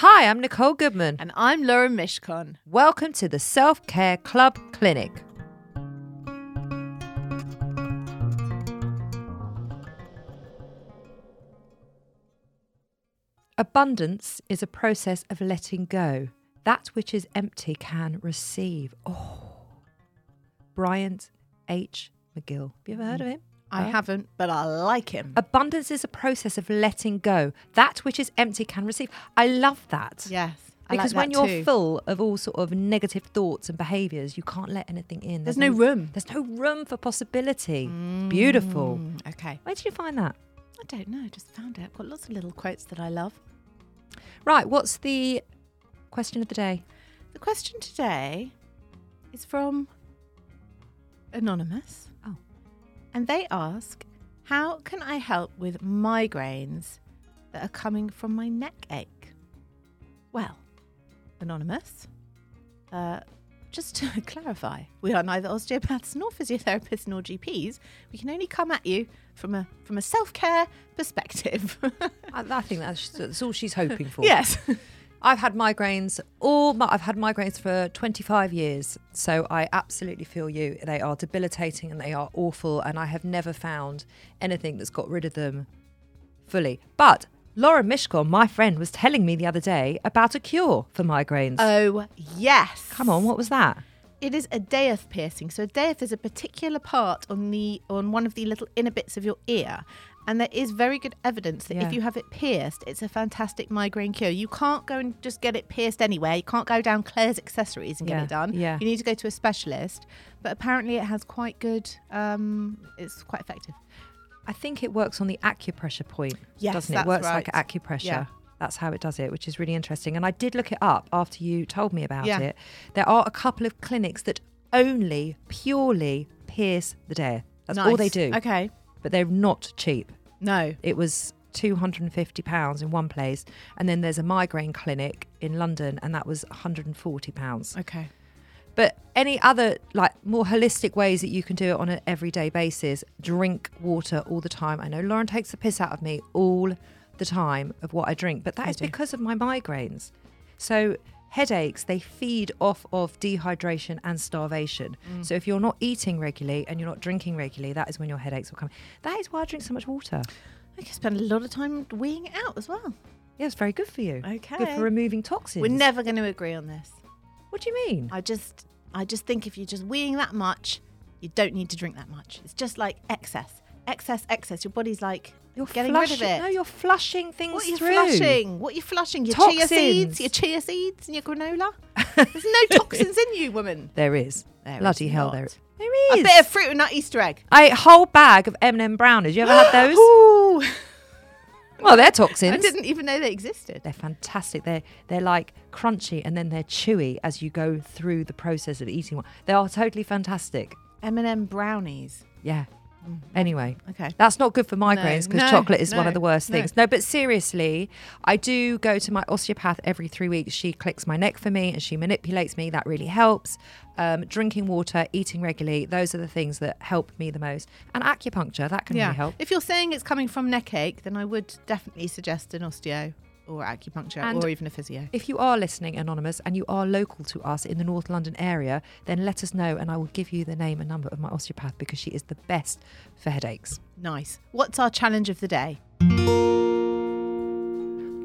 Hi, I'm Nicole Goodman. And I'm Laura Mishkon. Welcome to the Self Care Club Clinic. Abundance is a process of letting go. That which is empty can receive. Oh. Bryant H. McGill. Have you ever heard of him? I Oh. haven't, but I like him. Abundance is a process of letting go. That which is empty can receive. I love that. yes. I like Because that when you're too. full of all sort of negative thoughts and behaviours, you can't let anything in. There's no room. There's no room for possibility. Beautiful. Mm, okay. Where did you find that? I don't know. I just found it. I've got lots of little quotes that I love. Right. What's the question of the day? The question today is from Anonymous. Oh. And they ask How can I help with migraines that are coming from my neck ache? Well, Anonymous, uh, just to clarify, we are neither osteopaths nor physiotherapists nor GPs. We can only come at you from a, from a self care perspective. I, I think that's, that's all she's hoping for. yes. I've had migraines all my, I've had migraines for 25 years. So I absolutely feel you. They are debilitating and they are awful and I have never found anything that's got rid of them fully. But Laura Mishkon, my friend, was telling me the other day about a cure for migraines. Oh, yes. Come on, what was that? It is a death piercing. So a death is a particular part on the on one of the little inner bits of your ear. And there is very good evidence that Yeah. if you have it pierced, it's a fantastic migraine cure. You can't go and just get it pierced anywhere. You can't go down Claire's accessories and Yeah, get it done. yeah. You need to go to a specialist. But apparently it has quite good um it's quite effective. I think it works on the acupressure point, Yes, doesn't it? that's works like right. acupressure. Yeah. That's how it does it, which is really interesting. And I did look it up after you told me about Yeah. it. There are a couple of clinics that only purely pierce the death. That's all they Nice. do. Okay. But they're not cheap. No. It was £250 in one place. And then there's a migraine clinic in London, and that was £140. Okay. But any other like more holistic ways that you can do it on an everyday basis, drink water all the time. I know Lauren takes the piss out of me all the time of what I drink, but that is because of my migraines. So headaches, they feed off of dehydration and starvation. Mm. So if you're not eating regularly and you're not drinking regularly, that is when your headaches will come. That is why I drink so much water. I could spend a lot of time weeing it out as well. Yeah, it's very good for you. Good Okay. for removing toxins. We're never going to agree on this. What do you mean? I just I just think if you're just weeing that much, you don't need to drink that much. It's just like excess, excess, excess. Your body's like You're getting flushing, rid of it. No, you're flushing things what are you through. flushing? What are you flushing? Your chia Toxins. seeds, your chia seeds, and your granola. There's no toxins in you, woman. There is. There Bloody is hell, not. there is. There is. A bit of fruit and that Easter egg. I ate a whole bag of M&M brownies. You ever had those? Ooh, well, they're I toxins. didn't even know they existed. They're fantastic. They're they're like crunchy and then they're chewy as you go through the process of eating one. They are totally fantastic. M&M brownies. Yeah. Mm. Anyway, Okay. That's not good for migraines because no, chocolate is one no, of the worst no. things. No, but seriously, I do go to my osteopath every three weeks. She clicks my neck for me and she manipulates me. That really helps. Um, drinking water, eating regularly, those are the things that help me the most. And acupuncture, that can really help. If you're saying it's coming from neck ache, then I would definitely suggest an osteo or acupuncture And- or even a physio. If you are listening, Anonymous, and you are local to us in the North London area, then let us know and I will give you the name and number of my osteopath because she is the best for headaches. Nice. What's our challenge of the day? I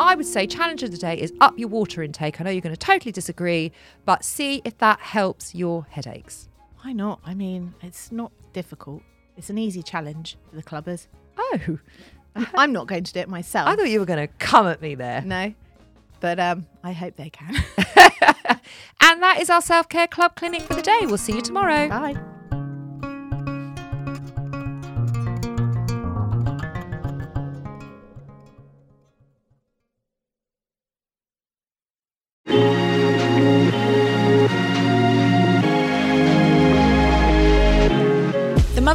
I would say challenge of the day is up your water intake. I know you're going to totally disagree, but see if that helps your headaches. Why not? I mean, it's not difficult. It's an easy challenge for the clubbers. Oh, I'm not going to do it myself. I thought you were going to come at me there. no, but um, I hope they can. And that is our self care club clinic for the day. We'll see you tomorrow. Bye. The